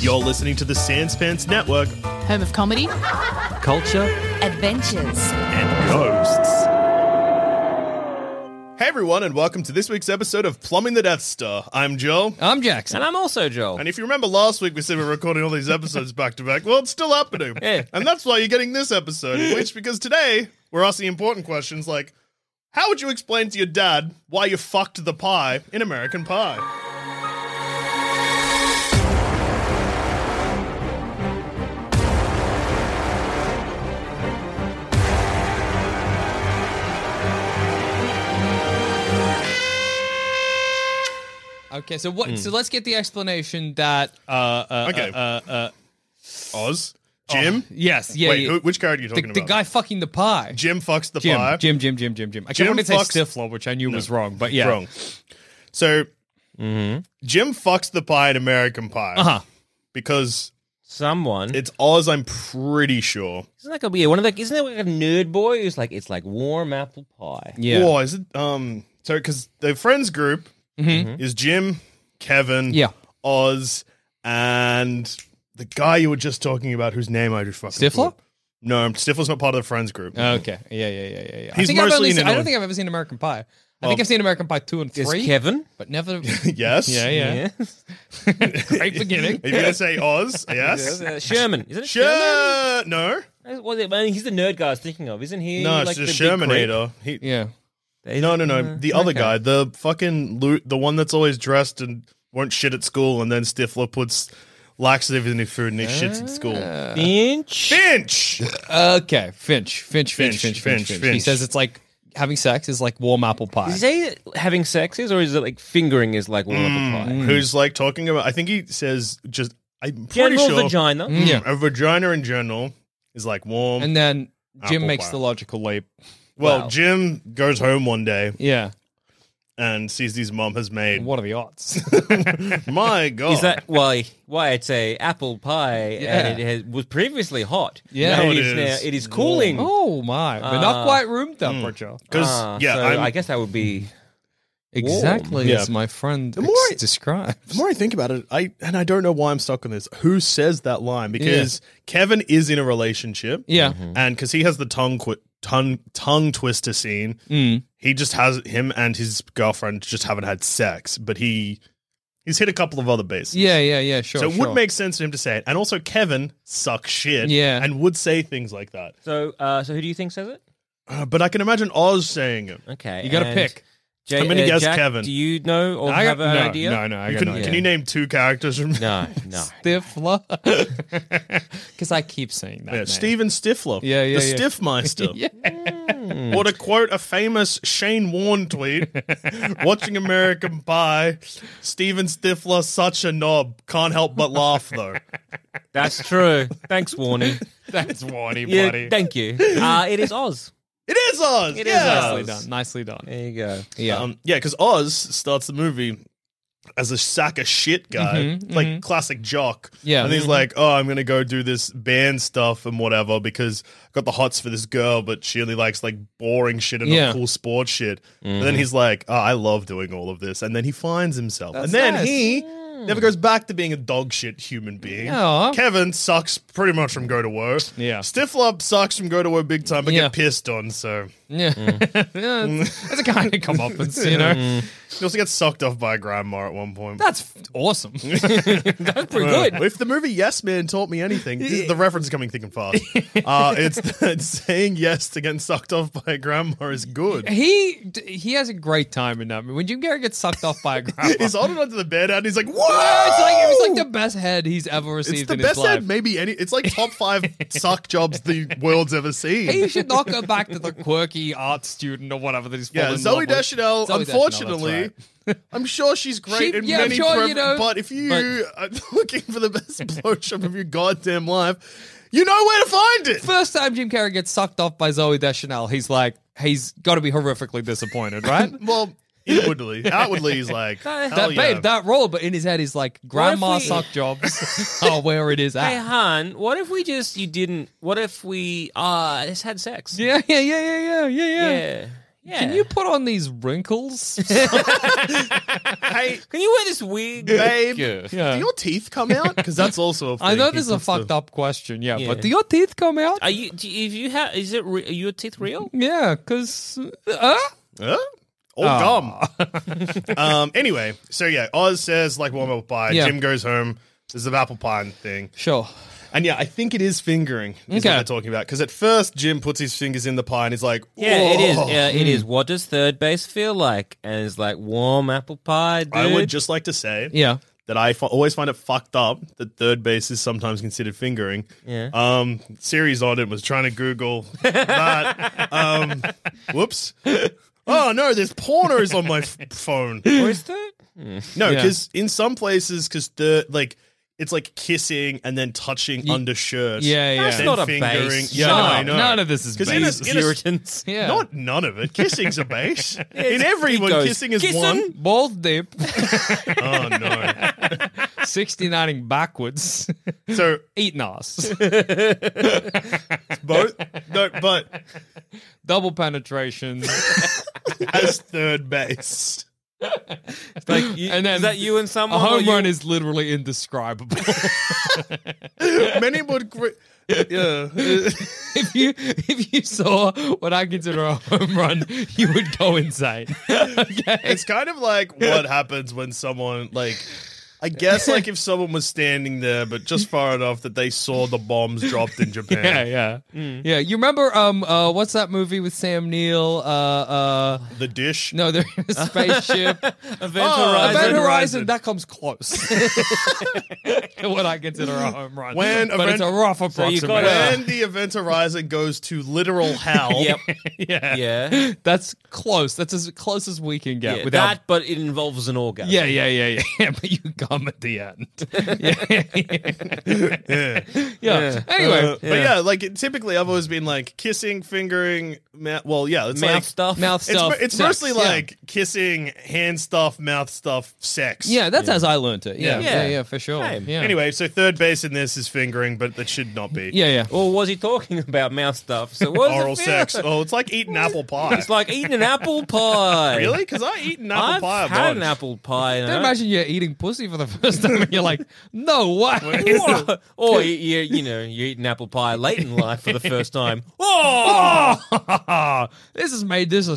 You're listening to the Sanspants Network Home of comedy. Culture. Adventures. and ghosts. Hey everyone, and welcome to this week's episode of Plumbing the Death Star. I'm Joel. I'm Jackson. And I'm also Joel. And if you remember last week, we said we we're recording all these episodes back to back. Well, it's still happening. Yeah. And that's why you're getting this episode, which because today we're asking important questions like how would you explain to your dad why you fucked the pie in American Pie? Okay, so Hmm. what? So let's get the explanation that. Uh, uh, Okay. Uh, uh, uh, Oz? Jim? yes. Oh, Yeah. Wait, yeah. who, which character are you the, talking the about? guy fucking the pie. Jim fucks the Jim, pie. Jim, Jim, Jim, Jim, Jim. I Jim can't want to say fucks- Stifler, which I knew was wrong, but yeah. Mm-hmm. Wrong. So Jim fucks the pie in American Pie Uh huh. because someone. it's Oz. I'm pretty sure. isn't that gonna be one of the? Isn't there like a nerd boy who's like it's like warm apple pie? Yeah. Whoa, is it? Um. So because the friends group Mm-hmm. is Jim, Kevin, Mm-hmm. Yeah. Oz, and the guy you were just talking about, whose name I just fucking Stifler? Uh, forgot. No, Stifler's not part of the friends group. Okay. Yeah, yeah, yeah, yeah. yeah. I, Mm-hmm. He's think I've mostly only in seen, I another- don't think I've ever seen American Pie. I think I've seen American Pie two and There's three, Kevin. but never. yes. yeah, yeah. Great beginning. Are you gonna say Oz? yes. Uh, Sherman. Isn't it Sure. Sherman? No. That's what it- I mean, he's the nerd guy I was thinking of, isn't he? No, it's like just the big creep? Shermanator. He, Yeah. No, no, Uh, no. The other guy, the fucking lo- the one that's always dressed and won't shit at school, and then Stifler puts laxative in his food and he shits at Ah. school. Finch. Finch. Okay, Finch, Finch, Finch, Finch, Finch, Finch, Finch, Finch. He Finch. says it's like having sex is like warm apple pie. Did he say having sex is, or is it like fingering is like warm apple pie? Who's like talking about? I think he says just. I'm pretty General sure vagina. yeah, a vagina in general is like warm. and then Jim Apple makes pie. the logical leap. well, wow. Jim goes home one day Yeah, and sees these mum has made. what are the odds? My God, Is that why? Why it's a apple pie and Yeah. it has, was previously hot. Yeah. now Now it it is, is. now. It is cooling. oh my, but not quite room Hmm. temperature. because Ah, yeah, so I'm- I guess that would be Exactly Yeah. as my friend more ex- I- describes. The more I think about it, I and I don't know why I'm stuck on this. Who says that line? Because Kevin is in a relationship, Yeah. and because he has the tongue qu- tongue tongue twister scene, Mm. he just has him and his girlfriend just haven't had sex, but he he's hit a couple of other bases. yeah, yeah, yeah, sure. So it sure. would make sense for him to say it, and also Kevin sucks shit, Yeah. and would say things like that. so. Uh, so who do you think says it? Uh, but I can imagine Oz saying it. Okay, you got to and pick. J- I'm gonna guess Jack, Kevin. Do you know or I got- have an no, idea? no, no, I You got can, no idea. can you name two characters? From- no, no. Stifler, because I keep saying that. Yeah, name. Steven Stifler, Yeah, yeah, the yeah. Stiffmeister. Yeah. Mm. Or to quote a famous Shane Warne tweet, watching American Pie, Steven Stifler, such a knob. Can't help but laugh, though. That's true. Thanks, Warnie. That's whiny, yeah, thank you. Uh, it is Oz. It is Oz! It is yeah. Nicely done. Nicely done. There you go. Yeah. Um, yeah, because Oz starts the movie as a sack of shit guy, like classic jock. Mm-hmm, Yeah. And he's Mhm. like, oh, I'm going to go do this band stuff and whatever because I got the hots for this girl, but she only likes like boring shit and Yeah. not cool sports shit. And then he's like, oh, I love doing all of this. And then he finds himself. and then nice. he. Never goes back to being a dog shit human being. Aw. Kevin sucks pretty much from Go to Woe. Yeah. Stiflup sucks from Go to Woe big time, but Yeah. get pissed on, so. Yeah, yeah Mm. that's, that's a kind of comeuppance, you know. He also gets sucked off by a grandma at one point. That's f- awesome. that's pretty good. If the movie Yes Man taught me anything, this is the reference coming thick and fast. Uh, it's that saying yes to getting sucked off by a grandma is good. He d- he has a great time in that. movie. When Jim Carrey gets sucked off by a grandma, He's holding onto the bed and he's like, Yeah, "Whoa!" it's like it was like the best head he's ever It's received the in best his life. head maybe any. It's like top five suck jobs the world's ever seen. he should not go back to the quirky art student or whatever that he's fallen yeah, in Zoe love with. Deschanel. Zoe Deschanel, that's unfortunately, right. I'm sure she's great She- in yeah, I'm many. sure, pref- you know, but if you are looking for the best blowjob of your goddamn life, you know where to find it. First time Jim Carrey gets sucked off by Zoe Deschanel, he's like, he's got to be horrifically disappointed, right? Well, inwardly, outwardly, he's like, That- "Hell that yeah." babe, that role, but in his head, he's like, grandma we- suck jobs are where it is Hey, at. Han, what if we just, you didn't, what if we, uh, just had sex? Yeah, yeah, yeah, yeah, yeah, yeah, yeah. Yeah. Yeah. Can you put on these wrinkles? Hey, can you wear this wig, Babe, do yeah. your teeth come out? Because that's also a I know thing. this is He a puts the- fucked up question, yeah, Yeah. but do your teeth come out? Are you? Do, if you have, is it? Re- are your teeth real? yeah, because. Uh? Huh? All Ah. gum. um, anyway, so yeah, Oz says like warm apple pie. Yeah. Jim goes home. There's the apple pie thing. Sure. And yeah, I think it is fingering is Okay. what they're talking about. Because at first, Jim puts his fingers in the pie and he's like, Yeah, it is. "Whoa." Yeah, it is. Hmm. What does third base feel like? And it's like warm apple pie, dude. I would just like to say Yeah. that I f- always find it fucked up that third base is sometimes considered fingering. Yeah. Um, series on it was trying to Google that. um, whoops. Oh no, there's pornos on my f- phone. Or is that? No, Yeah. because in some places, because the like it's like kissing and then touching undershirt. Yeah, yeah. That's then not a fingering. base. Yeah, Shut no, up. I know. None of this is 'Cause in a- based. in a- Puritans. yeah. Not none of it. Kissing's a base. in it's- everyone, it goes, kissing is "Kissing?" one. Bald dip, Oh no. 69ing backwards, So eating ass, both, no, but double penetration. as third base. It's like, you, And then is that you and A someone? or home Oh, you- run is literally indescribable. Many would. Gr- yeah. if you if you saw what I consider a home run, you would go insane. Okay. It's kind of like what happens when someone like I guess like if someone was standing there but just far enough that they saw the bombs dropped in Japan. Yeah, yeah, yeah. You remember um uh what's that movie with Sam Neill? Uh, uh, The dish. no, there's a spaceship. Event Oh, Horizon. Event Horizon. Horizon. That comes close. to what I consider a home run, When but it's a Event- rough you approximation. gotta- When the event horizon goes to literal hell. Yep. yeah, Yeah. That's close. That's as close as we can get yeah without that, but it involves an orgasm. Yeah, yeah, yeah, yeah, yeah. But you come at the end. yeah. Yeah. yeah. Uh, Anyway, But yeah, like it, typically I've always been like kissing, fingering, ma- well, yeah, it's Mouth like stuff. mouth it's, stuff. mo- it's sex, mostly yeah. like kissing, hand stuff, mouth stuff, sex. Yeah, that's as I learned it. Yeah, yeah, Yeah. yeah, for sure. Same. Yeah. Anyway, so third base in this is fingering, but that should not be. Yeah, yeah. Or was he talking about mouth stuff? So what does it Oral feel sex. like? Oh, it's like eating apple pie. It's like eating an apple pie. really? Because I eat an apple I've pie. a had bunch. an apple pie. and Don't I- imagine you're eating pussy for the first time and you're like, no way. Whoa. or you, you, you know, you eat an apple pie late in life for the first time. Oh, this has made this a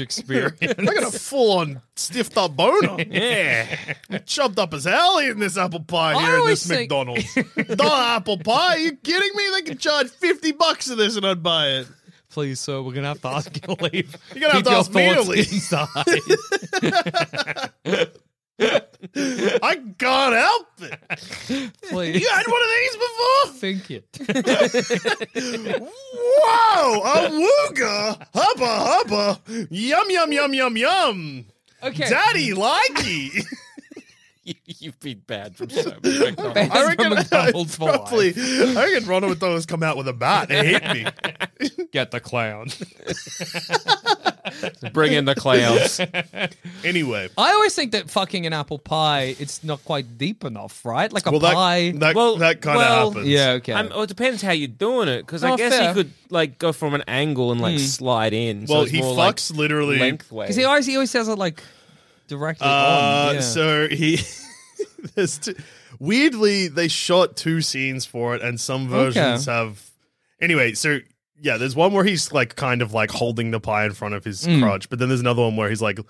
experience. I got a full on stiffed up boner. yeah. Chopped up as hell eating this apple pie I here in always this think- McDonald's. Not apple pie. Are you kidding me? They can charge 50 bucks for this and I'd buy it. Please, sir, we're going to have to ask you to leave. You're gonna have Keep to your ask me to thoughts leave. Inside. I can't help it. Please. You had one of these Think it. before? Whoa! A wooga! Hubba hubba! Yum yum yum yum yum! Okay. Daddy likey! You, you've been bad from so many McDonald's. Banned from McDonald's for life. probably, I reckon Ronald McDonald's come out with a bat and hit me. Get the clown. Bring in the clowns. Anyway. I always think that fucking an apple pie, it's not quite deep enough, right? Like a Well, pie. that, that, Well, that kind of well, happens. yeah, okay. I'm, Um, well, it depends how you're doing it, because I Oh, guess fair. Hmm. he could like go from an angle and like slide in. so Well, it's he more, like, fucks literally. lengthways. Because he always he always says it like directly Uh, on. Yeah. So he, there's two, weirdly they shot two scenes for it, and some versions have. Anyway, so yeah, there's one where he's like kind of like holding the pie in front of his Mm. crotch, but then there's another one where he's like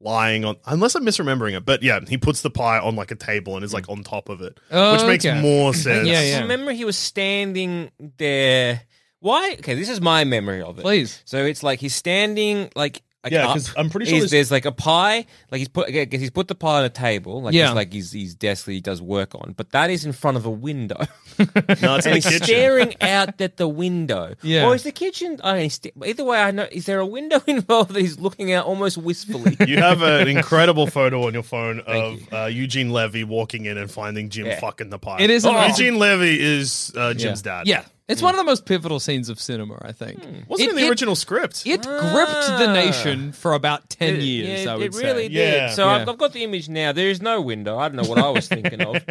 lying on. Unless I'm misremembering it, but yeah, he puts the pie on like a table and is like on top of it, Oh, which makes okay. more sense. Yeah, yeah. Remember, he was standing there. Why? Okay, this is my memory of it. Please. So it's like he's standing like. like Yeah, up. 'cause I'm pretty sure He's- this- there's like a pie, like he's put, I guess he's put the pie on a table, like Yeah. it's like his his desk that he does work on. But that is in front of a window, No, it's in and the he's kitchen. staring out at the window. Yeah. or is the kitchen? I mean, st- either way, I know is there a window involved that he's looking out almost wistfully? You have an incredible photo on your phone of Thank uh, Eugene Levy walking in and finding Jim fucking the pie. It is an- Eugene Levy is uh, Jim's dad. Yeah. It's one of the most pivotal scenes of cinema, I think. Hmm. Wasn't It- in the it- original script. It gripped the Ah. nation for about 10 It- years, yeah, I it- would it really say. Yeah. did. So I've, Yeah. I've got the image now. There is no window. I don't know what I was thinking of,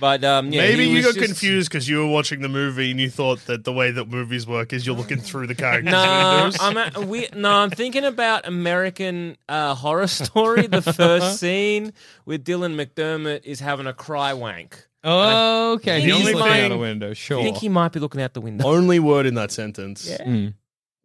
but um, yeah, Maybe he you was got just- confused because you were watching the movie and you thought that the way that movies work is you're looking through the characters' No, windows. I'm a, we, no, I'm thinking about American uh, Horror Story. The first scene with Dylan McDermott is having a cry wank. Oh, Okay, I think he's he's looking lying- out a window, sure. I think he might be looking out the window. Only word in that sentence Mm.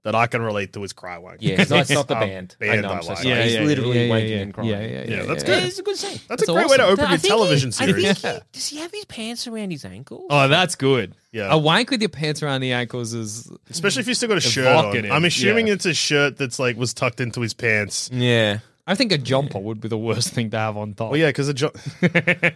that I can relate to is cry wank. Hmm. Yeah, it's not, it's not the Um, band. I band know, I I'm so like. sorry. Yeah, He's yeah, literally yeah, yeah, wanking yeah. and crying. Yeah, yeah, Yeah, yeah. that's Yeah, good. It's a good scene. That's, That's a great way to awesome. open I your think he- television series. I think he, does he have his pants around his ankles? Oh, that's good. yeah, A wank with your pants around the ankles is especially if you still got a shirt on. Evocative, I'm assuming yeah. it's a shirt that's like was tucked into his pants. yeah. I think a jumper would be the worst thing to have on Well, top. Oh, yeah, because the jump.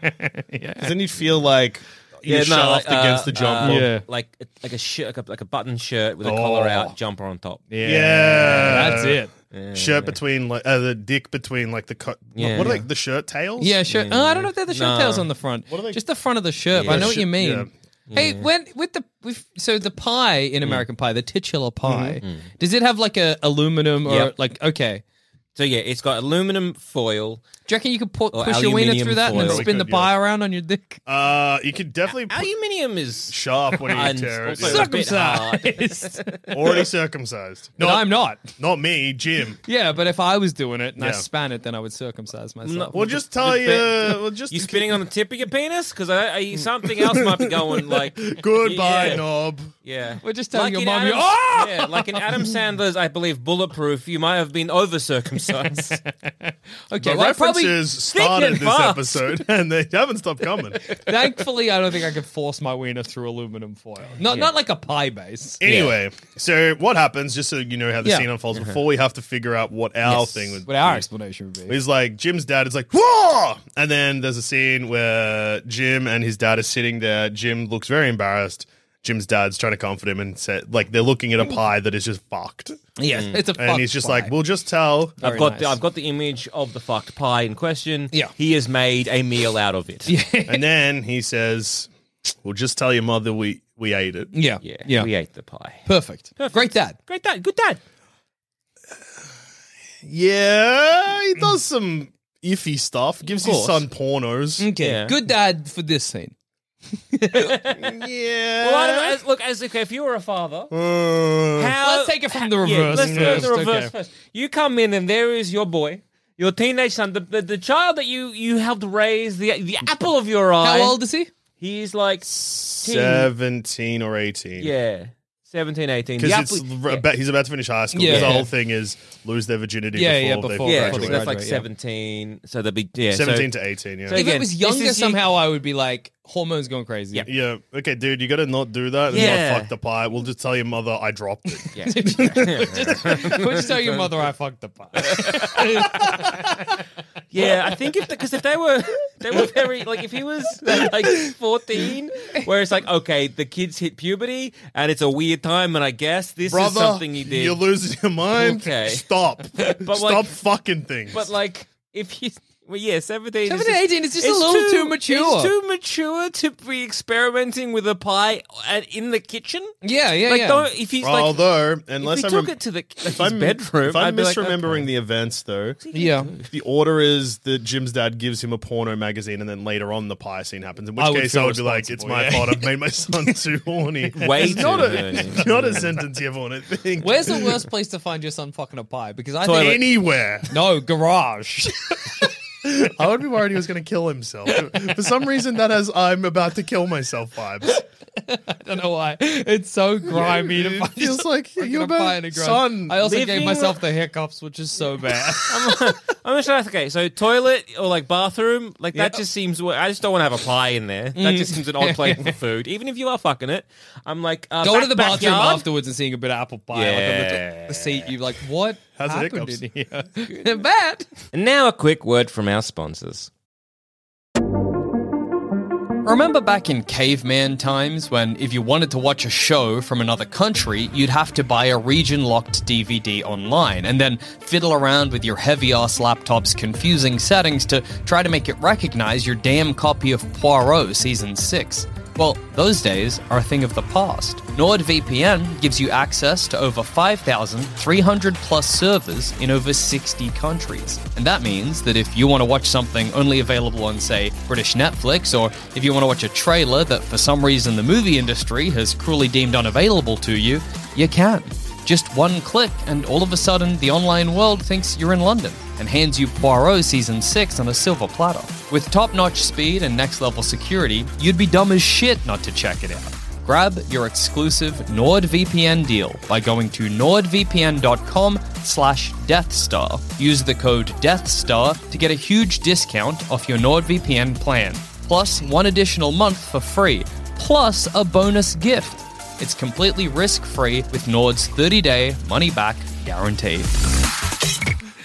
Because then you'd feel like you're Yeah, no, like, shaft against uh, the jump. uh, rope. Yeah. like like a shirt, like a, like a button shirt with a Oh. collar out, jumper on top. yeah. Yeah. That's it. Yeah. Shirt between like uh, the dick between like the cut. Yeah. what are they? The shirt tails. Yeah, sure. Yeah. Uh, I don't know if they're the shirt Nah. tails on the front. What are they- Just the front of the shirt. but I Yeah. know what Shi- you mean. yeah. Mm. Hey, when with the with, so the pie in American Pie, the titular pie, Mm-hmm. does it have like a aluminum or Yep. like okay? So yeah, it's got aluminum foil. Do you reckon you could put, Or push your wiener aluminium through that and then foil. spin the Probably could, pie around on your dick? Uh, you could definitely put Aluminium is sharp when you and tear it. also yeah. a bit hard. Already circumcised. no, I'm not. Not me, Jim. Yeah, but if I was doing it and I Yeah. span it, then I would circumcise myself. We'll just tell you. We'll just You spinning on the tip of your penis? Because I, I, something else might be going like Goodbye, Yeah. knob. Yeah. We're just telling your in mom Adam- you're- Ah! Yeah, like in Adam Sandler's, I believe, Bulletproof, you might have been over circumcised. okay, The well, I probably. references started thinking this fast. episode, and they haven't stopped coming. Thankfully, I don't think I could force my wiener through aluminum foil. Not not like a pie base. Anyway, so what happens? Just so you know how the Yeah. Uh-huh. scene unfolds before we have to figure out what our Yes. thing would But our explanation would be. He's like Jim's dad is like, Whoa! and then there's a scene where Jim and his dad are sitting there. Jim looks very embarrassed. Jim's dad's trying to comfort him and said, like they're looking at a pie that is just fucked, Yes, it's a fuck and he's just pie. like, "We'll just tell." I've got the, nice. I've got the image of the fucked pie in question. Yeah. He has made a meal out of it. and then he says, "We'll just tell your mother we we ate it." yeah, Yeah. yeah, yeah. We ate the pie. Perfect. Great dad. Great dad. Good dad. Yeah, he does some iffy stuff. Gives his course. son pornos. Okay. Yeah. Good dad for this scene. yeah. Mm. Well, I don't know, as- look, as okay, if you were a father, Uh, how, Let's take it from the Yeah, reverse let's do it first. the reverse okay. first. You come in and there is your boy, your teenage son, the, the, the child that you, you helped raise, the the apple of your eye. How old is he? He's like, Seventeen or eighteen. yeah, 17, 18. The Because apple, it's r- about, he's about to finish high school. 'cause Yeah. The whole thing is lose their virginity Yeah, yeah, before, before they yeah, graduate. so graduate. that's like Graduate, 17. yeah. So they'll be, yeah. so- Seventeen to eighteen. Yeah. So- if Again, it was this younger, is you- somehow I would be like hormones going crazy. Yeah. yeah. Okay, dude, you got to not do that and Yeah. not fuck the pie. We'll just tell your mother I dropped it. yeah. Would you tell your mother I fucked the pie? Yeah, I think if because if they were they were very like if he was like fourteen, where it's like okay, the kids hit puberty and it's a weird time, and I guess this is Brother, something he did. you're losing your mind. Okay. Stop. Stop like- fucking things. but like if he's well, yeah, seventeen. 17, 18, it's just a little too mature. It's too mature to be experimenting with a pie at, in the kitchen. yeah, yeah, Like, yeah. don't if he's like Although, if unless he I took rem- it to the like, his if I'm bedroom, if I'm I'd be like, misremembering the events though, yeah. the order is that Jim's dad gives him a porno magazine, and then later on the pie scene happens. In which I would case, feel I would be like, "It's responsible, my yeah. fault. I've made my son too horny." Way It's too not horny. a, not a sentence you want to think. Where's the worst place to find your son fucking a pie? Because I Toilet. think anywhere? no garage. I would be worried he was going to kill himself. For some reason, that has "I'm about to kill myself" vibes. I don't know why. It's so grimy to It find feels yourself like you're a pie in a about garage. son. I also Living- gave myself the hiccups, which is so bad. I'm just like, okay, so toilet or like bathroom, like that just seems. I just don't want to have a pie in there. That Mm. just seems an odd place for food. Even if you are fucking it, I'm like, uh, Go back- to the bathroom backyard? afterwards and seeing a bit of apple pie. Like on the, Yeah. the seat, you're like, what How's the happened hiccups? in here? They're bad. And now a quick word from our sponsors. Remember back in caveman times when if you wanted to watch a show from another country, you'd have to buy a region locked DVD online and then fiddle around with your heavy ass laptop's confusing settings to try to make it recognize your damn copy of Poirot season 6. Well, those days are a thing of the past. NordVPN gives you access to over 5,300 plus servers in over 60 countries. And that means that if you want to watch something only available on, say, British Netflix, or if you want to watch a trailer that for some reason the movie industry has cruelly deemed unavailable to you, you can. Just one click, and all of a sudden, the online world thinks you're in London and hands you Poirot Season 6 on a silver platter. With top notch speed and next level security, you'd be dumb as shit not to check it out. Grab your exclusive NordVPN deal by going to nordvpn.com slash deathstar. Use the code DEATHSTAR to get a huge discount off your NordVPN plan, plus one additional month for free, plus a bonus gift. It's completely risk-free with Nord's 30-day money-back guarantee.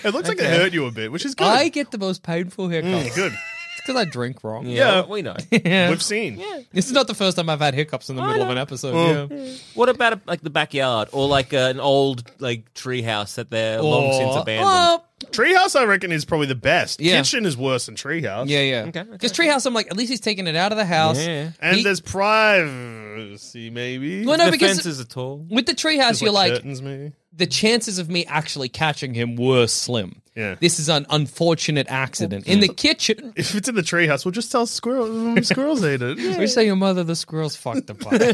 It looks like it Okay. hurt you a bit, which is good. I get the most painful haircuts. Mm, good. It's because I drink wrong. Yeah. we know. We've seen. This is not the first time I've had hiccups in the middle of an episode. Yeah. What about like the backyard or like uh, an old like tree house that they're long since Or- abandoned? Well, Treehouse, I reckon, is probably the best. Yeah. Kitchen is worse than Treehouse. yeah, yeah. Okay, Because okay. Treehouse, I'm like, at least he's taking it out of the house. Yeah. And He- there's privacy, maybe. Well, no, the because fences are tall. with the treehouse, There's, you're like, curtains, maybe. the chances of me actually catching him were slim. Yeah. This is an unfortunate accident. In the kitchen, If it's in the treehouse, we'll just tell squirrels. squirrels ate it. we say your mother, the squirrels fucked the pie.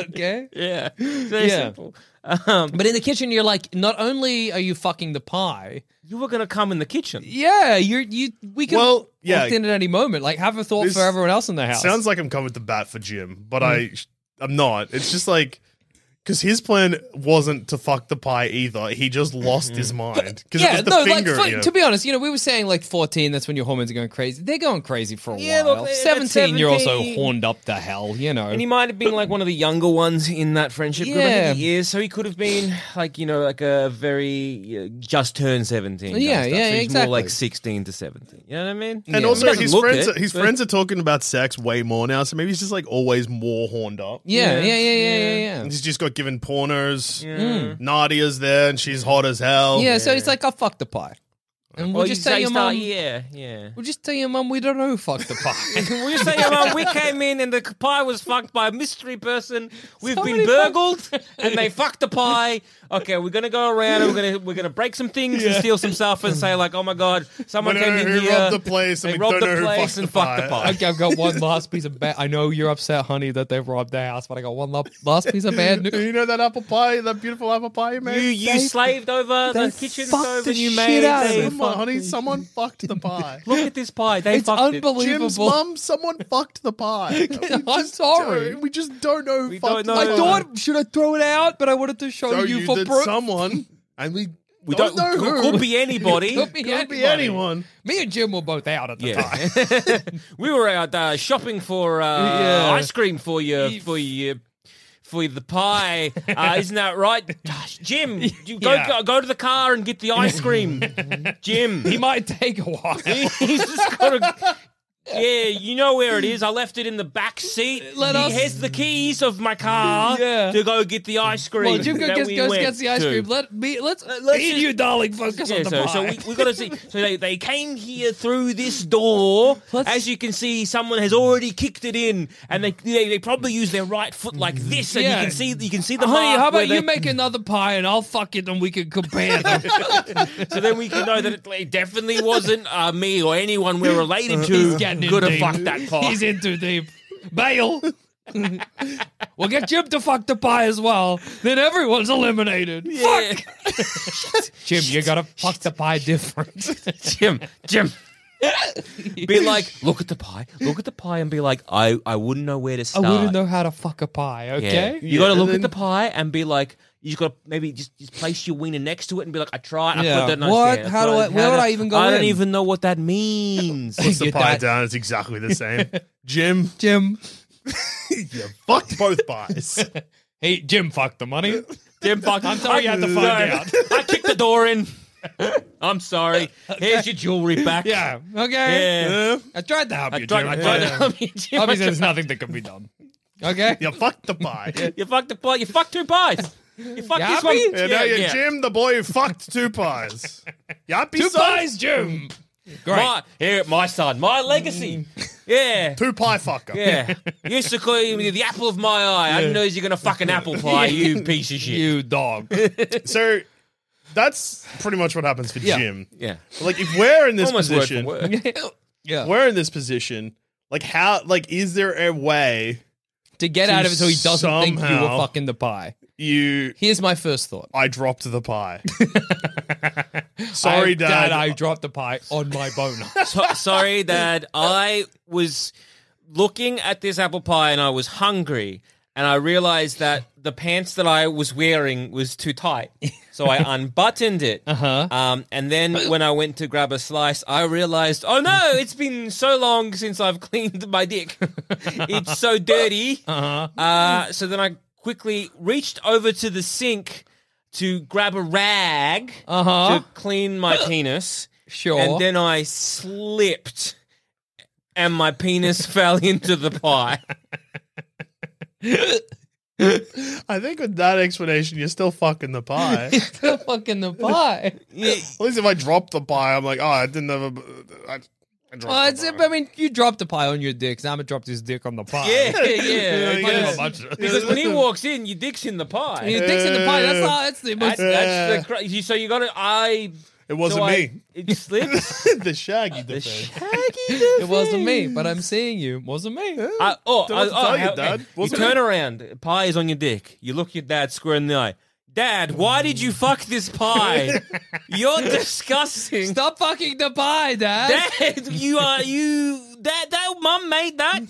okay? Yeah, It's very Yeah. simple. Um, But in the kitchen, you're like, not only are you fucking the pie, you were gonna come in the kitchen. Yeah, you're you. We can Well, walk yeah. in at any moment. Like, have a thought This for everyone else in the house. Sounds like I'm coming to bat for Jim, but I, I'm not. It's just like because his plan wasn't to fuck the pie either. He just lost his mind because yeah, it was the no, finger. like for, yeah. to be honest, you know, we were saying like fourteen. That's when your hormones are going crazy. They're going crazy for a Yeah, while. look, at seventeen, you're also 17. horned up to hell. You know, And he might have been like one of the younger ones in that friendship group. I think Yeah. he is. So he could have been like, you know, like a very uh, just turned 17. kind of Yeah, stuff. yeah, so he's exactly. More like 16 to 17. You know what I mean? and Yeah. also, He doesn't his look friends, it, his but- friends are talking about sex way more now. So maybe he's just like always more horned up. yeah, yeah, Yeah. yeah, yeah, yeah, yeah. And he's just got given pornos. Nadia's there, and she's hot as hell. Yeah, so he's like, I'll fuck the pie, and we'll Or just you tell say your start- mum. Yeah, yeah. We'll just tell your mum we don't know who fucked the pie. Will you say, "Oh, we came in and the pie was fucked by a mystery person. We've been Somebody burgled and they fucked the pie. Okay, we're gonna go around and we're gonna we're gonna break some things and steal some stuff and say like, oh my god, someone We don't came know in who here, robbed the place and uh, they we robbed don't the know who place fucked and the fucked the pie." pie. okay, I've got one last piece of bad. I know you're upset, honey, that they robbed the house, but I got one lo- last piece of bad news. You know that apple pie, that beautiful apple pie you You made. you They- slaved over they the kitchen fucked stove the and you shit made out of they it. Someone, fucked honey, it. someone fucked the pie. Look at this pie. They It's fucked unbelievable. Jim's mum, someone fucked the pie. We I'm just sorry. don't- we just don't know. Who We fucked don't know. the I pie. I thought should I throw it out, but I wanted to show, So you, you for did proof. someone, and we We don't, don't, know could, who. could be anybody. Could be, Could be anybody. anyone. Me and Jim were both out at the time. Yeah, we were out uh, shopping for uh, Yeah. ice cream for you for you for the pie. Uh, isn't that right, Jim? You go, Yeah. go go to the car and get the ice cream, Jim. He might take a while. He's just got to. Yeah, you know where it is. I left it in the back seat. Let he us- has the keys of my car Yeah. to go get the ice cream. well, Jim that goes, we goes went gets the ice to. cream. Let me let's, Uh, let's me and just- you, darling, focus on Yeah, the so, pie. so we, we got to see. So they, they came here through this door. Let's- As you can see, someone has already kicked it in, and they they, they probably use their right foot like this, and Mm-hmm. Yeah. you can see you can see the Honey, mark how about Uh-huh. where you they- make another pie and I'll fuck it and we can compare them? So then we can know that it, it definitely wasn't uh, me or anyone we're related to. Uh, He's getting in Could have deep. fucked that pie. He's in too deep. Bail. we'll get Jim to fuck the pie as well. Then everyone's eliminated. Yeah. Fuck. Jim, you gotta fuck the pie different. Jim, Jim. be like, look at the pie, look at the pie, and be like, I, I wouldn't know where to I start. wouldn't know how to fuck a pie, okay? You got to Yeah, look and at the pie and be like, you just got to maybe just, just place your wiener next to it and be like, I tried. I Yeah. put that nice What? there. How do I- where would I even go I don't in? even know what that means. Puts the Get pie that- down. It's exactly the same. Jim, Jim. you fucked both pies. Hey, Jim fucked the money. Jim, fuck, I'm sorry you had to find out. I kicked the door in. I'm sorry. Here's your jewelry back. Yeah. Okay. Yeah. I tried to help I you, tried, Jim. I tried to Yeah. help you, Jim. I Obviously, tried- there's nothing that can be done. Okay. You fucked the pie. You fucked the pie. You fucked two pies. You fucked You this one. happy? And now you're Jim, the boy who fucked two pies. Yappy Two son. pies, Jim. Great. My, here, my son, my legacy. Mm. Yeah. Two pie fucker. Yeah. you used to call me the apple of my eye. I didn't know you were going to fucking apple pie, you piece of shit. You dog. So that's pretty much what happens for Yeah. Jim. yeah. Like if we're in this Almost word for position, word. yeah. we're in this position. Like how? Like is there a way to get out of it so he doesn't think you were somehow- fucking the pie. you? Here's my first thought. I dropped the pie. Sorry, I- Dad. I dropped the pie on my boner. So- sorry, Dad. I was looking at this apple pie and I was hungry, and I realized that the pants that I was wearing was too tight. So I unbuttoned it. Uh-huh. Um, and then when I went to grab a slice, I realized, oh no, it's been so long since I've cleaned my dick. it's so dirty. Uh-huh. so then I quickly reached over to the sink to grab a rag Uh-huh. to clean my penis. Sure. And then I slipped and my penis fell into the pie. I think with that explanation, you're still fucking the pie. the fucking the pie. At least if I drop the pie, I'm like, oh, I didn't have a. I, I dropped Well, the it's, pie. I mean, you dropped the pie on your dick. So I'm gonna drop this dick on the pie. Yeah, yeah, Yeah, yeah. yeah. Because when he walks in, your dick's in the And your pie. dick's in the pie. That's not. That's the That's, most. that's the cra- you- so you got to I it wasn't so I- me. it slipped. the shaggy the defense. shaggy. It wasn't me, but I'm seeing you. It wasn't me. I, oh, Don't I, want to oh, tell you, how- Dad. You Wasn't turn it? around. Pie is on your dick. You look your dad square in the eye. Dad, why did you fuck this pie? You're disgusting. Stop fucking the pie, Dad. Dad, you are you that that mum made that.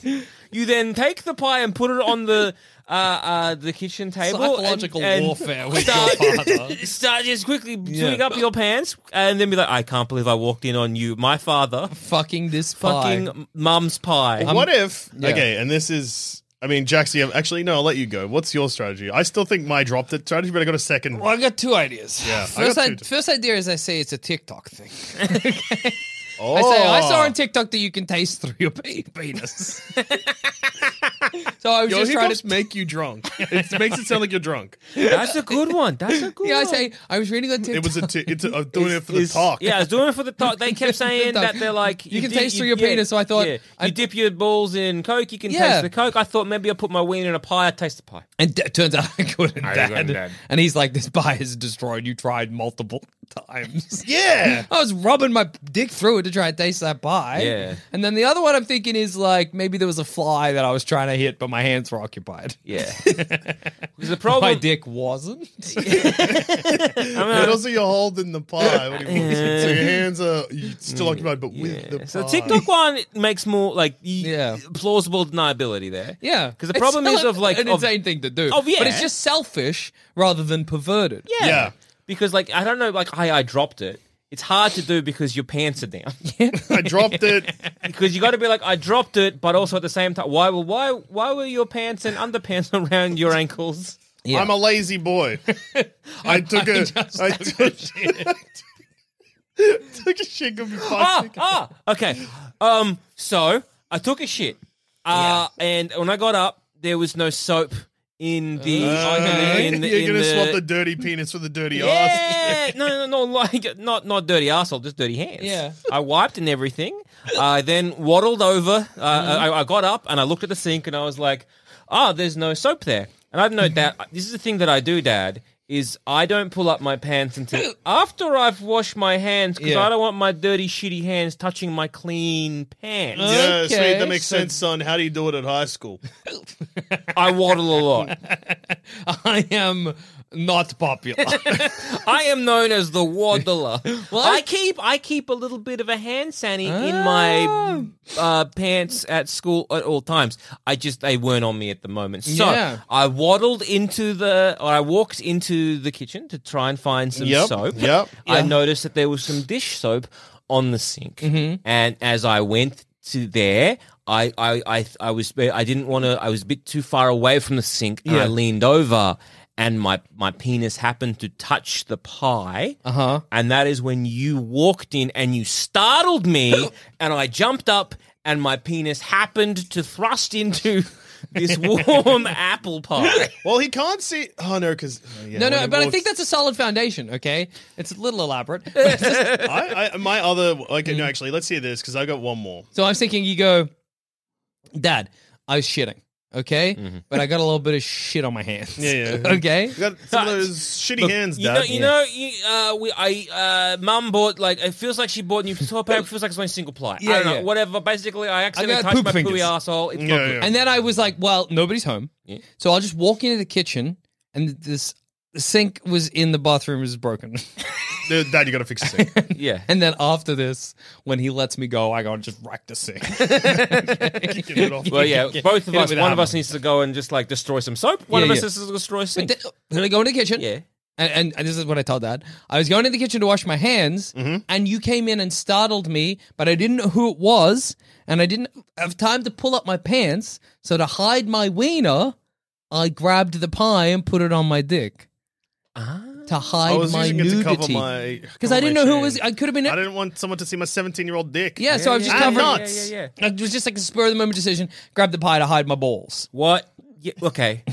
You then take the pie and put it on the uh, uh, the kitchen table. and- Psychological and warfare with start- your father. Start just quickly putting up your pants and then be like, I can't believe I walked in on you, my father, fucking this pie. fucking mum's pie. what if? yeah. Okay, and this is. I mean, Jaxie, actually, no, I'll let you go. What's your strategy? I still think my dropped it strategy, but I got a second. Well, I got two ideas. Yeah, I First, got I two too. first idea is I say it's a TikTok thing. Oh. I say I saw on TikTok that you can taste through your pe- penis. so I was Your just trying hiccups to. make you drunk. It makes it sound like you're drunk. That's a good one. That's a good Yeah, I one. say I was reading on It TikTok. was a. T- it's a I'm doing it for the It's- talk. Yeah, I was doing it for the talk. They kept saying The talk. that they're like, You can taste through your penis, so I thought yeah. I- you dip your balls in coke. You can Yeah. taste the coke. I thought maybe I put my wiener in a pie. I taste the pie. And d- turns out I couldn't, I dad. couldn't, Dad. And he's like, "This pie is destroyed. You tried multiple times." Yeah. I was rubbing my dick through it to try and taste that pie. Yeah. And then the other one I'm thinking is like maybe there was a fly that I was trying to hit, but my hands were occupied. Yeah, because the My problem. dick wasn't. I mean, But also, you're holding the pie. When he walks in, so your hands are you're still occupied, but with the pie. So TikTok one makes more like Yeah. yeah. plausible deniability there. Yeah, because the It's problem still is of like an of- insane thing to do. Oh, yeah. but it's just selfish rather than perverted. yeah. Yeah. because like I don't know like I I dropped it. It's hard to do because your pants are down. I dropped it. because you got to be like I dropped it, but also at the same time, why were why why were your pants and underpants around your ankles? I'm a lazy boy. I took a. I took, took a shit. Could be ah, fun. ah, okay. Um, so I took a shit, uh, and when I got up, there was no soap in the. Okay. in the- Uh, You're in gonna the- swap the dirty penis for the dirty ass. Yeah, no, no, no, like not not dirty asshole, just dirty hands. Yeah. I wiped and everything. I then waddled over. Uh, Mm-hmm. I, I got up and I looked at the sink and I was like, "Ah, there's no soap there." And I don't know that this is the thing that I do, Dad. Is I don't pull up my pants until after I've washed my hands because Yeah. I don't want my dirty, shitty hands touching my clean pants. Yeah, Okay, sweet. That makes so- sense, son. How do you do it at high school? I waddle a lot. I am not popular. I am known as the waddler. well, I keep I keep a little bit of a hand sanny in Ah. my uh, pants at school at all times. I just they weren't on me at the moment, so Yeah. I waddled into the or I walked into the kitchen to try and find some Yep, soap. yep. I noticed that there was some dish soap on the sink, and as I went to there. I, I, I, I was I didn't want to I was a bit too far away from the sink and I Yeah. leaned over and my, my penis happened to touch the pie. huh? And that is when you walked in and you startled me and I jumped up and my penis happened to thrust into this warm apple pie. Well, he can't see. Oh no, because yeah, No, when no, he but I walks- think that's a solid foundation. Okay, it's a little elaborate. I, I, my other. Okay, no, actually, let's hear this because I got one more. so I'm thinking you go. Dad, I was shitting, okay? Mm-hmm. But I got a little bit of shit on my hands. Yeah, yeah. okay? You got some of those shitty hands, You Dad. know, you know, you, uh, we, I, uh, mum bought like it feels like she bought new toilet paper. It feels like it's only single ply. Yeah, I don't yeah. know, whatever. Basically, I accidentally got touched poop my fingers. pooey asshole. It's Yeah, not good. yeah. And then I was like, well, nobody's home. Yeah. So I'll just walk into the kitchen and this the sink was in the bathroom was broken. Dude, Dad, you got to fix this. thing. Yeah. and then after this, when he lets me go, I gotta just wreck the sink. Get it off. Well, yeah, both of Hit it us. with a One of hammer. us needs to go and just like destroy some soap. One Yeah, of us yeah. needs to destroy sink. Then then I go into the kitchen. yeah. And, and, and this is what I told dad. I was going to the kitchen to wash my hands, Mm-hmm. and you came in and startled me, but I didn't know who it was, and I didn't have time to pull up my pants. So to hide my wiener, I grabbed the pie and put it on my dick. To Ah. I hide was my using it to cover nudity. my Because I cover didn't my know who it was. shame. I could have been. I didn't want someone to see my 17 year old dick. yeah, so I was just yeah, covering. yeah, yeah, yeah, It was just like a spur of the moment decision. Grab the pie to hide my balls. What? Yeah, okay.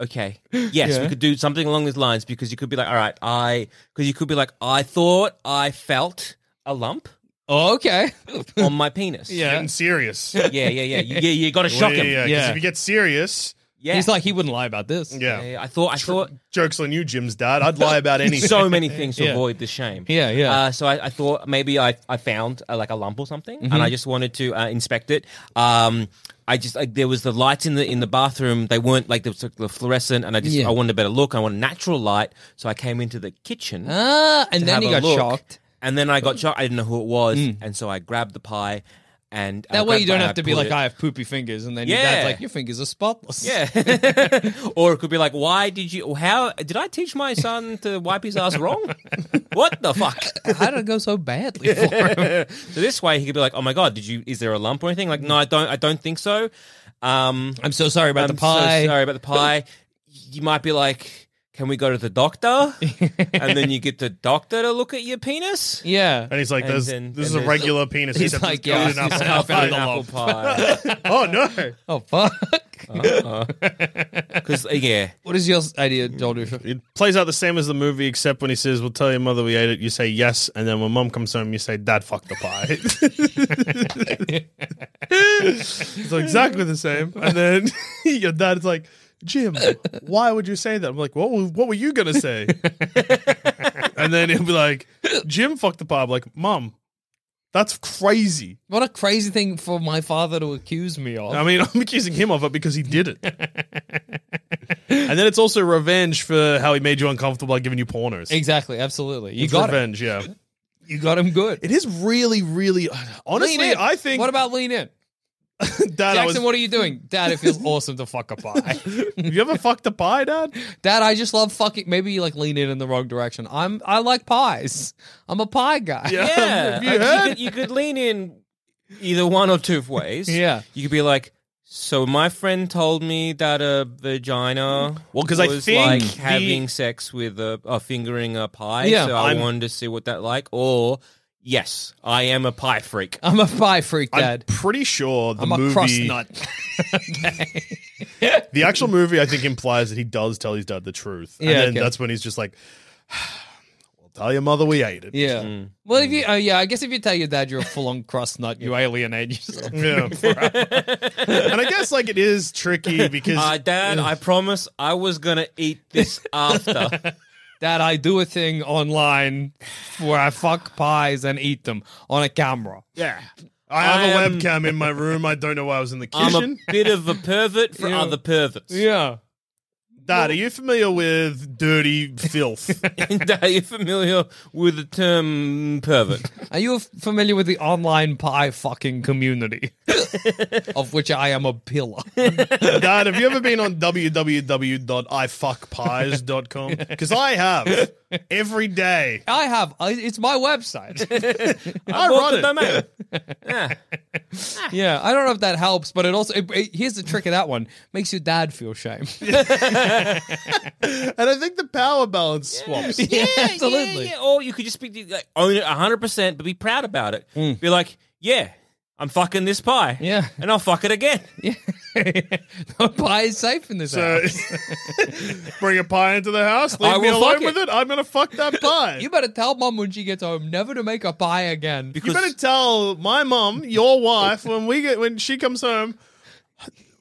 Okay. Yes, Yeah. we could do something along these lines because you could be like, all right, I, because you could be like, I thought I felt a lump Oh, okay. on my penis. Getting serious. Yeah, yeah, yeah. You- Yeah, you got to shock yeah, him. yeah, 'cause Yeah. if you get serious, Yeah. He's like, he wouldn't lie about this. yeah. Yeah, I thought, I thought Joke's on you, Jim's dad. I'd lie about anything. so many things to Yeah. avoid the shame. Yeah, yeah. Uh, so I, I thought maybe I, I found uh, like a lump or something, and Mm-hmm. I just wanted to uh, inspect it. Um, I just like there was the lights in the in the bathroom. They weren't like they were sort of fluorescent, and I just Yeah. I wanted a better look. I wanted natural light, so I came into the kitchen. Ah, and to then have he a got look. shocked. Mm. And then I got shocked. I didn't know who it was, and so I grabbed the pie. And I That way grabbed you it don't and have I to be pulled like, it. I have poopy fingers, and then your Yeah. dad's like, your fingers are spotless. Yeah. or it could be like, why did you? How did I teach my son to wipe his ass wrong? what the fuck? How did it go so badly for him? So this way he could be like, oh my god, did you? Is there a lump or anything? Like, no, I don't. I don't think so. Um, I'm so sorry about I'm the pie. So sorry about the pie. You might be like, can we go to the doctor? and then you get the doctor to look at your penis. Yeah. And he's like, And "This, then- this is and a there's- regular penis." He's except like, it's yeah, coated in he's apple like, pie An now." apple pie. Oh no! Oh fuck. Because yeah, what is your idea, Joel? It plays out the same as the movie, except when he says, "We'll tell your mother we ate it." You say yes, and then when mom comes home, you say, "Dad fucked the pie." it's like exactly the same. And then your dad's like, "Jim, why would you say that?" I'm like, "What? were- What were you gonna say?" and then he'll be like, "Jim fucked the pie." I'm like, "Mom, that's crazy." What a crazy thing for my father to accuse me of. I mean, I'm accusing him of it because he did it. and then it's also revenge for how he made you uncomfortable by giving you pornos. exactly. Absolutely. You It's got him. revenge, yeah. You got him good. It is really, really Lean honestly. in. I think What about lean in? Dad. I Jackson, was, what are you doing? Dad, it feels awesome to fuck a pie. you ever fucked a pie, Dad? Dad, I just love fucking. Maybe you like lean in in the wrong direction. I'm. I like pies. I'm a pie guy. yeah. Have you Like, heard? could, you could lean in either one or two ways. Yeah. you could be like. So my friend told me that a vagina Well, 'cause I was think like the- having sex with a, a fingering a pie. Yeah, so I I'm- wanted to see what that like. Or yes, I am a pie freak. I'm a pie freak, I'm Dad. pretty sure the I'm, a crust movie, nut. the actual movie, I think implies that he does tell his dad the truth, and Yeah, then okay. that's when he's just like, "Well, tell your mother we ate it." Yeah. Well, if you, oh yeah, I guess if you tell your dad you're a full on crust nut, you alienate yourself. Yeah. and I guess like it is tricky because Uh, Dad, I promise I was gonna eat this after. Dad, I do a thing online where I fuck pies and eat them on a camera. yeah, I have a I am- webcam in my room. I don't know why I was in the I'm kitchen. a bit of a pervert for Yeah. other perverts. Yeah. Dad, are you familiar with dirty filth? Are you familiar with the term pervert? Are you f- familiar with the online pie fucking community? of which I am a pillar. Dad, have you ever been on www.ifuckpies.com? Because I have every day. I have. I, it's my website. I Bought the run it. domain. yeah. I don't know if that helps, but it also, it, it- here's the trick of that one makes your dad feel shame. And I think the power balance swaps. Yeah, yeah, absolutely. Yeah, yeah. Or you could just be like, own it hundred percent, but be proud about it. Mm. Be like, yeah, I'm fucking this pie. Yeah. and I'll fuck it again. no pie is safe in this So house. bring a pie into the house, leave I me will alone fuck it. with it. I'm going to fuck that pie. You you, better tell mom when she gets home never to make a pie again. Because better tell my mum, your wife, when we get when she comes home,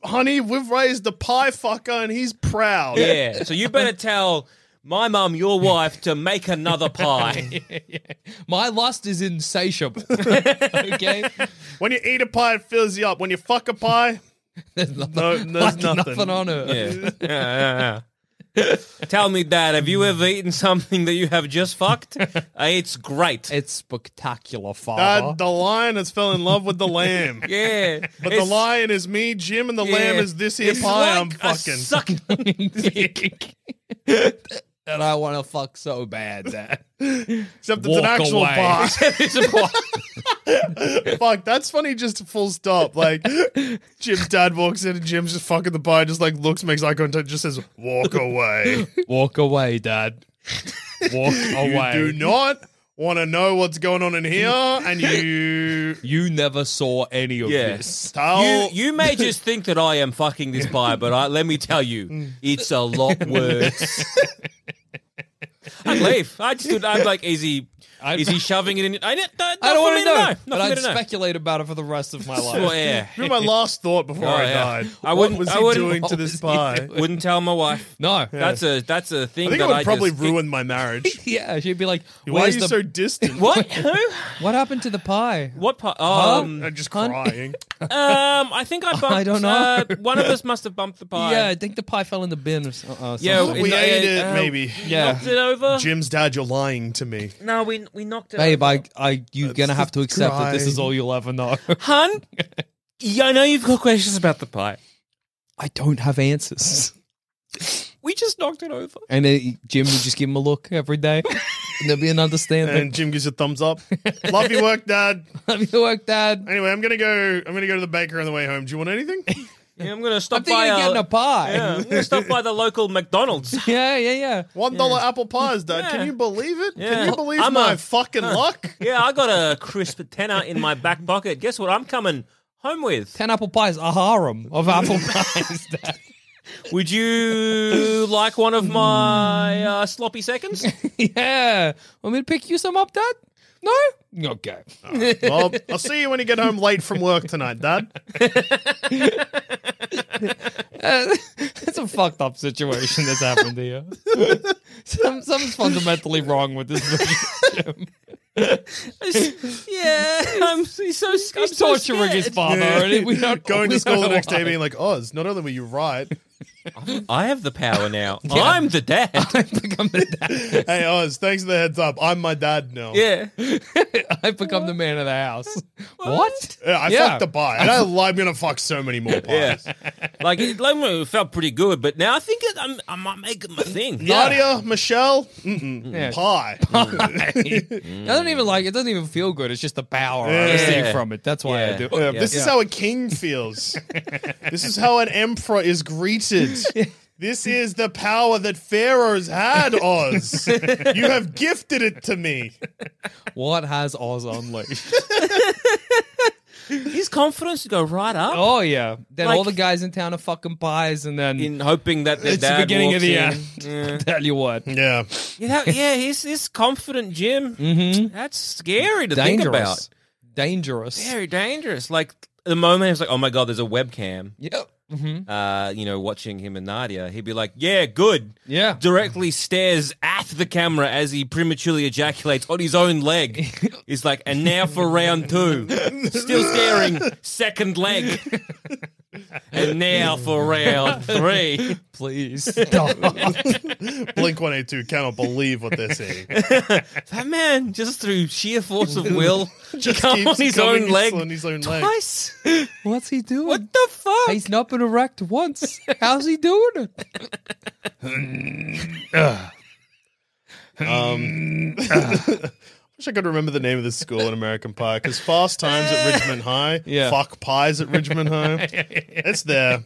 honey, we've raised a pie fucker and he's proud. Yeah. So you better tell my mum, your wife, to make another pie. My lust is insatiable. okay, When you eat a pie, it fills you up. When you fuck a pie, there's nothing, no, there's like nothing. nothing on earth. Yeah. Yeah, yeah, yeah. Tell me, Dad, have Mm. you ever eaten something that you have just fucked? Uh, it's great. It's spectacular, father. Dad, the lion has fell in love with the lamb. yeah. But the it's, lion is me, Jim, and the yeah. lamb is this here It's pie like I'm a fucking. suck- and I want to fuck so bad, Dad. Except it's an Walk actual away. pie. It's a pie. Fuck, that's funny just full stop. Like Jim's dad walks in and Jim's just fucking the pie, just like looks, makes eye contact, just says, walk away. Walk away, Dad. Walk away. Do not want to know what's going on in here, and you You never saw any of Yeah. this. tell You, you may just think that I am fucking this pie, but I, let me tell you, it's a lot worse. I'd leave. I just, would- I'm like, is he, I'd- is he shoving it in? I don't, not I don't want to know, Not but for me I'd to know. speculate about it for the rest of my Well, life. yeah. Be my last thought before Oh, I yeah. died. I what wouldn't- was I he wouldn't- doing to what this was he pie? doing? Wouldn't tell my wife. No. That's a that's a thing I think it that would probably just- ruin my marriage. Yeah, she'd be like, Why are "Where's you the- so distant? What? Who? What happened to the pie? What part? Um, I'm just Hun- crying. um, I think I bumped. I don't know. Uh, one of us must have bumped the pie. Yeah, I think the pie fell in the bin. Or so- uh, Yeah, something. we no, ate yeah, it, uh, maybe. yeah. knocked it over. Jim's dad, you're lying to me. No, we we knocked it. Babe, over. I, I, you're gonna have to accept that this is crying. all you'll ever know. hun. Yeah, I know you've got questions about the pie. I don't have answers. We just knocked it over. And uh, Jim would just give him a look every day, and there'd be an understanding. And Jim gives you a thumbs up. Love your work, Dad. Have you worked, Dad? Anyway, I'm gonna go. I'm gonna go to the baker on the way home. Do you want anything? Yeah, I'm gonna I'm stop by. thinking of our- getting a pie. yeah, I'm Yeah, gonna stop by the local McDonald's. yeah, yeah. One dollar apple pies, Dad. Yeah. Can you believe it? Yeah. Can you believe I'm my a- fucking luck? Yeah, I got a crisp tenner in my back pocket. Guess what? I'm coming home with. Ten apple pies, a harem of apple pies, Dad. Would you like one of my uh, sloppy seconds? yeah. Want me to pick you some up, Dad? No? Okay. Well, I'll see you when you get home late from work tonight, Dad. Uh, it's a fucked up situation that's happened here. Some, something's fundamentally wrong with this movie. yeah, I'm he's so sc- I'm He's so torturing his scared. father, and we don't Going we to school don't the next know day, being like, Oz, not only were you right, I have the power now. I'm the dad. why. I've become the dad. hey Oz, thanks for the heads up. I'm my dad now. yeah. I've become the man of the house. What? Yeah, I Yeah. fucked a pie, and I, I'm gonna fuck so many more Yeah. pies. Like it, like, it felt pretty good, but now I think it, I'm I'm not making my thing. Nadia, Michelle, mm-mm, Yeah. pie. I don't even like it. Doesn't even feel good. It's just the power I Yeah. receive from it. That's why I Yeah. do. Yeah, it. Yeah. This is Yeah. how a king feels. this is how an emperor is greeted. This is the power that pharaohs had, Oz. you have gifted it to me. What has Oz unleashed? His confidence would go right up oh yeah. Then all Like- the guys in town are fucking pies, and then in hoping that their it's the dad beginning of walks the in. end. Tell you what, Yeah. You know, yeah, he's this confident Jim. That's scary to dangerous, think about. dangerous. Very dangerous. Like the moment he's like, "Oh my god, there's a webcam." Yep. hmm Uh, you know, watching him and Nadia, he'd be like, "Yeah, good." Yeah. directly stares at the camera as he prematurely ejaculates on his own leg. He's like, and now for round two. Still staring, second leg. And now for round three. Please stop. Blink 182 cannot believe what they're seeing. That man, just through sheer force of will, just come on Keeps his coming own leg. On his own leg. Twice. What's he doing? What the fuck? He's not been erect once. How's he doing it? Um, wish I could remember the name of this school in American Pie because Fast Times at Ridgemont High, Yeah. Fuck Pies at Ridgemont High. It's there,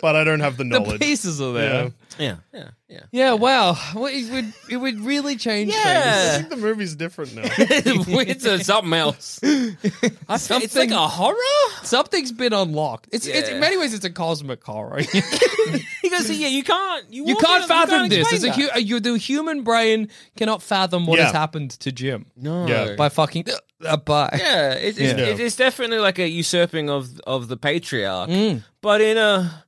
but I don't have the The knowledge. pieces are there. Yeah. yeah, yeah, yeah. Yeah, wow. Well, it would it would really change I Yeah. think the movie's different now. it's uh, something else. I feel, it's like Something- a horror. things. Something's been unlocked. It's, it's in Yeah. many ways it's a cosmic horror. He goes, yeah, you can't. You, you walk can't in and you fathom this. explain It's a that. hu- you, the human brain cannot fathom what Yeah. has happened to Jim No. Yeah. by fucking a pie. Yeah, it, it's, Yeah. it is definitely like a usurping of of the patriarch, Mm. but in a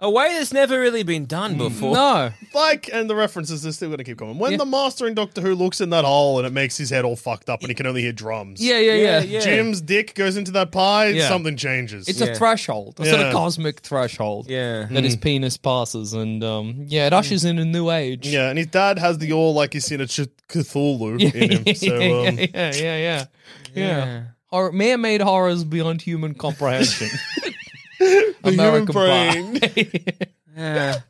a way that's never really been done before. Mm. No. Like, and the references are still going to keep coming. When the master in Doctor Who looks in that hole and it makes his head all fucked up and he can only hear drums. Yeah, yeah, yeah. Yeah, yeah. Jim's dick goes into that pie, Yeah. something changes. It's Yeah. a threshold, a sort Yeah. Hmm. of cosmic threshold Yeah. that his penis passes, and um, yeah, it ushers in a new age. yeah, and his dad has the all like he's seen a Ch- Cthulhu in him. So, yeah, um, yeah, yeah, yeah, yeah. Horror, man-made horrors beyond human comprehension. the human American pie. brain. Yeah.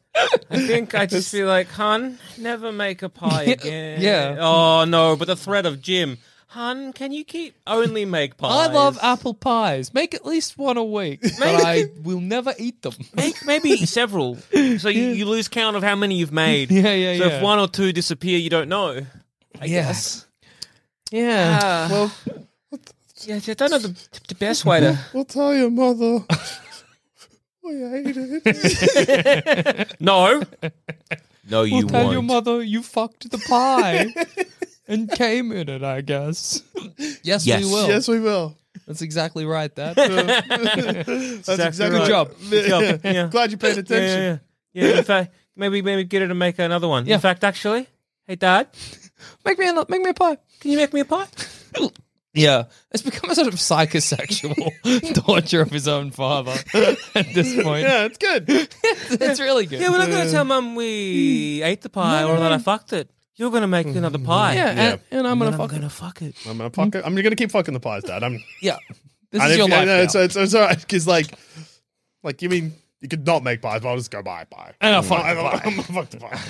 I think I just feel like, hun, never make a pie again. Yeah. Oh no, but the threat of Jim, hun, can you keep only make I pies? love apple pies. Make at least one a week, but I will never eat them. Make maybe several, so you, you lose count of how many you've made. Yeah, yeah, so yeah. if one or two disappear, you don't know. I guess. Yes. Yeah. Ah. well, Yeah, I don't know the, the best way to. I'll tell your mother. I hate it. No. No, you we'll tell your mother you fucked the pie and came in it. I guess. Yes, Yes. we will. yes, we will. That's exactly right. That. That's Exactly exactly right. Good job. Good job. Yeah. Glad you paid Yeah, attention. yeah, yeah. Yeah, In fact, maybe maybe get her to make another one. Yeah. In fact, actually, hey Dad, make me a make me a pie. can you make me a pie? Yeah, it's become a sort of psychosexual torture of his own father at this point. Yeah, it's good. It's really good. Yeah, we're not going to tell Mum we ate the pie or that I fucked it. You're going to make another pie. Yeah, and, and I'm And gonna I'm fuck. going to fuck it. I'm gonna fuck. it- I'm gonna keep fucking the pies, Dad. I'm. Yeah, this and is if- your yeah, life. no, now. It's, it's, it's all right because like, like you mean you could not make pies, but I'll just go buy a pie. Mm. And I'll fuck I'm, the I'm, pie. I'm gonna fuck the pie.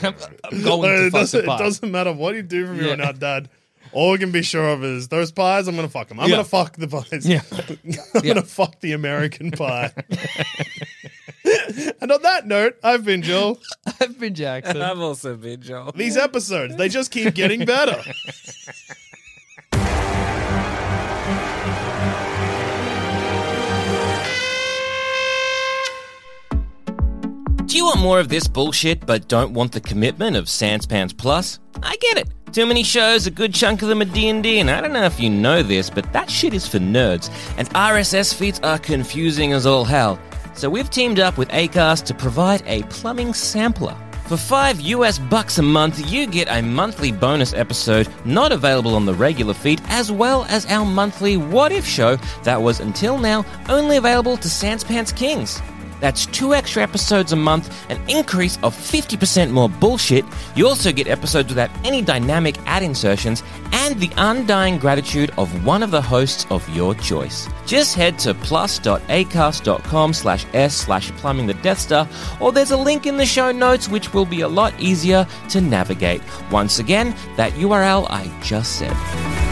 I'm going No, to it fuck the doesn't, pie. It doesn't matter what you do from here on Yeah. out, Dad. All we can be sure of is those pies. I'm gonna fuck them. I'm Yeah. gonna fuck the pies. Yeah. I'm Yeah. gonna fuck the American pie. and on that note, I've been Joel. I've been Jackson. I've also been Joel. These episodes they just keep getting better. Do you want more of this bullshit but don't want the commitment of Sanspans Plus? I get it. Too many shows, a good chunk of them are D&D, and I don't know if you know this, but that shit is for nerds, and RSS feeds are confusing as all hell. So we've teamed up with Acast to provide a plumbing sampler. For 5 US bucks a month, you get a monthly bonus episode not available on the regular feed, as well as our monthly What If show that was until now only available to Sanspants Kings. That's two extra episodes a month, an increase of 50% more bullshit. You also get episodes without any dynamic ad insertions and the undying gratitude of one of the hosts of your choice. Just head to plus.acast.com slash s slash plumbing the Death Star, or there's a link in the show notes which will be a lot easier to navigate. Once again, that URL I just said.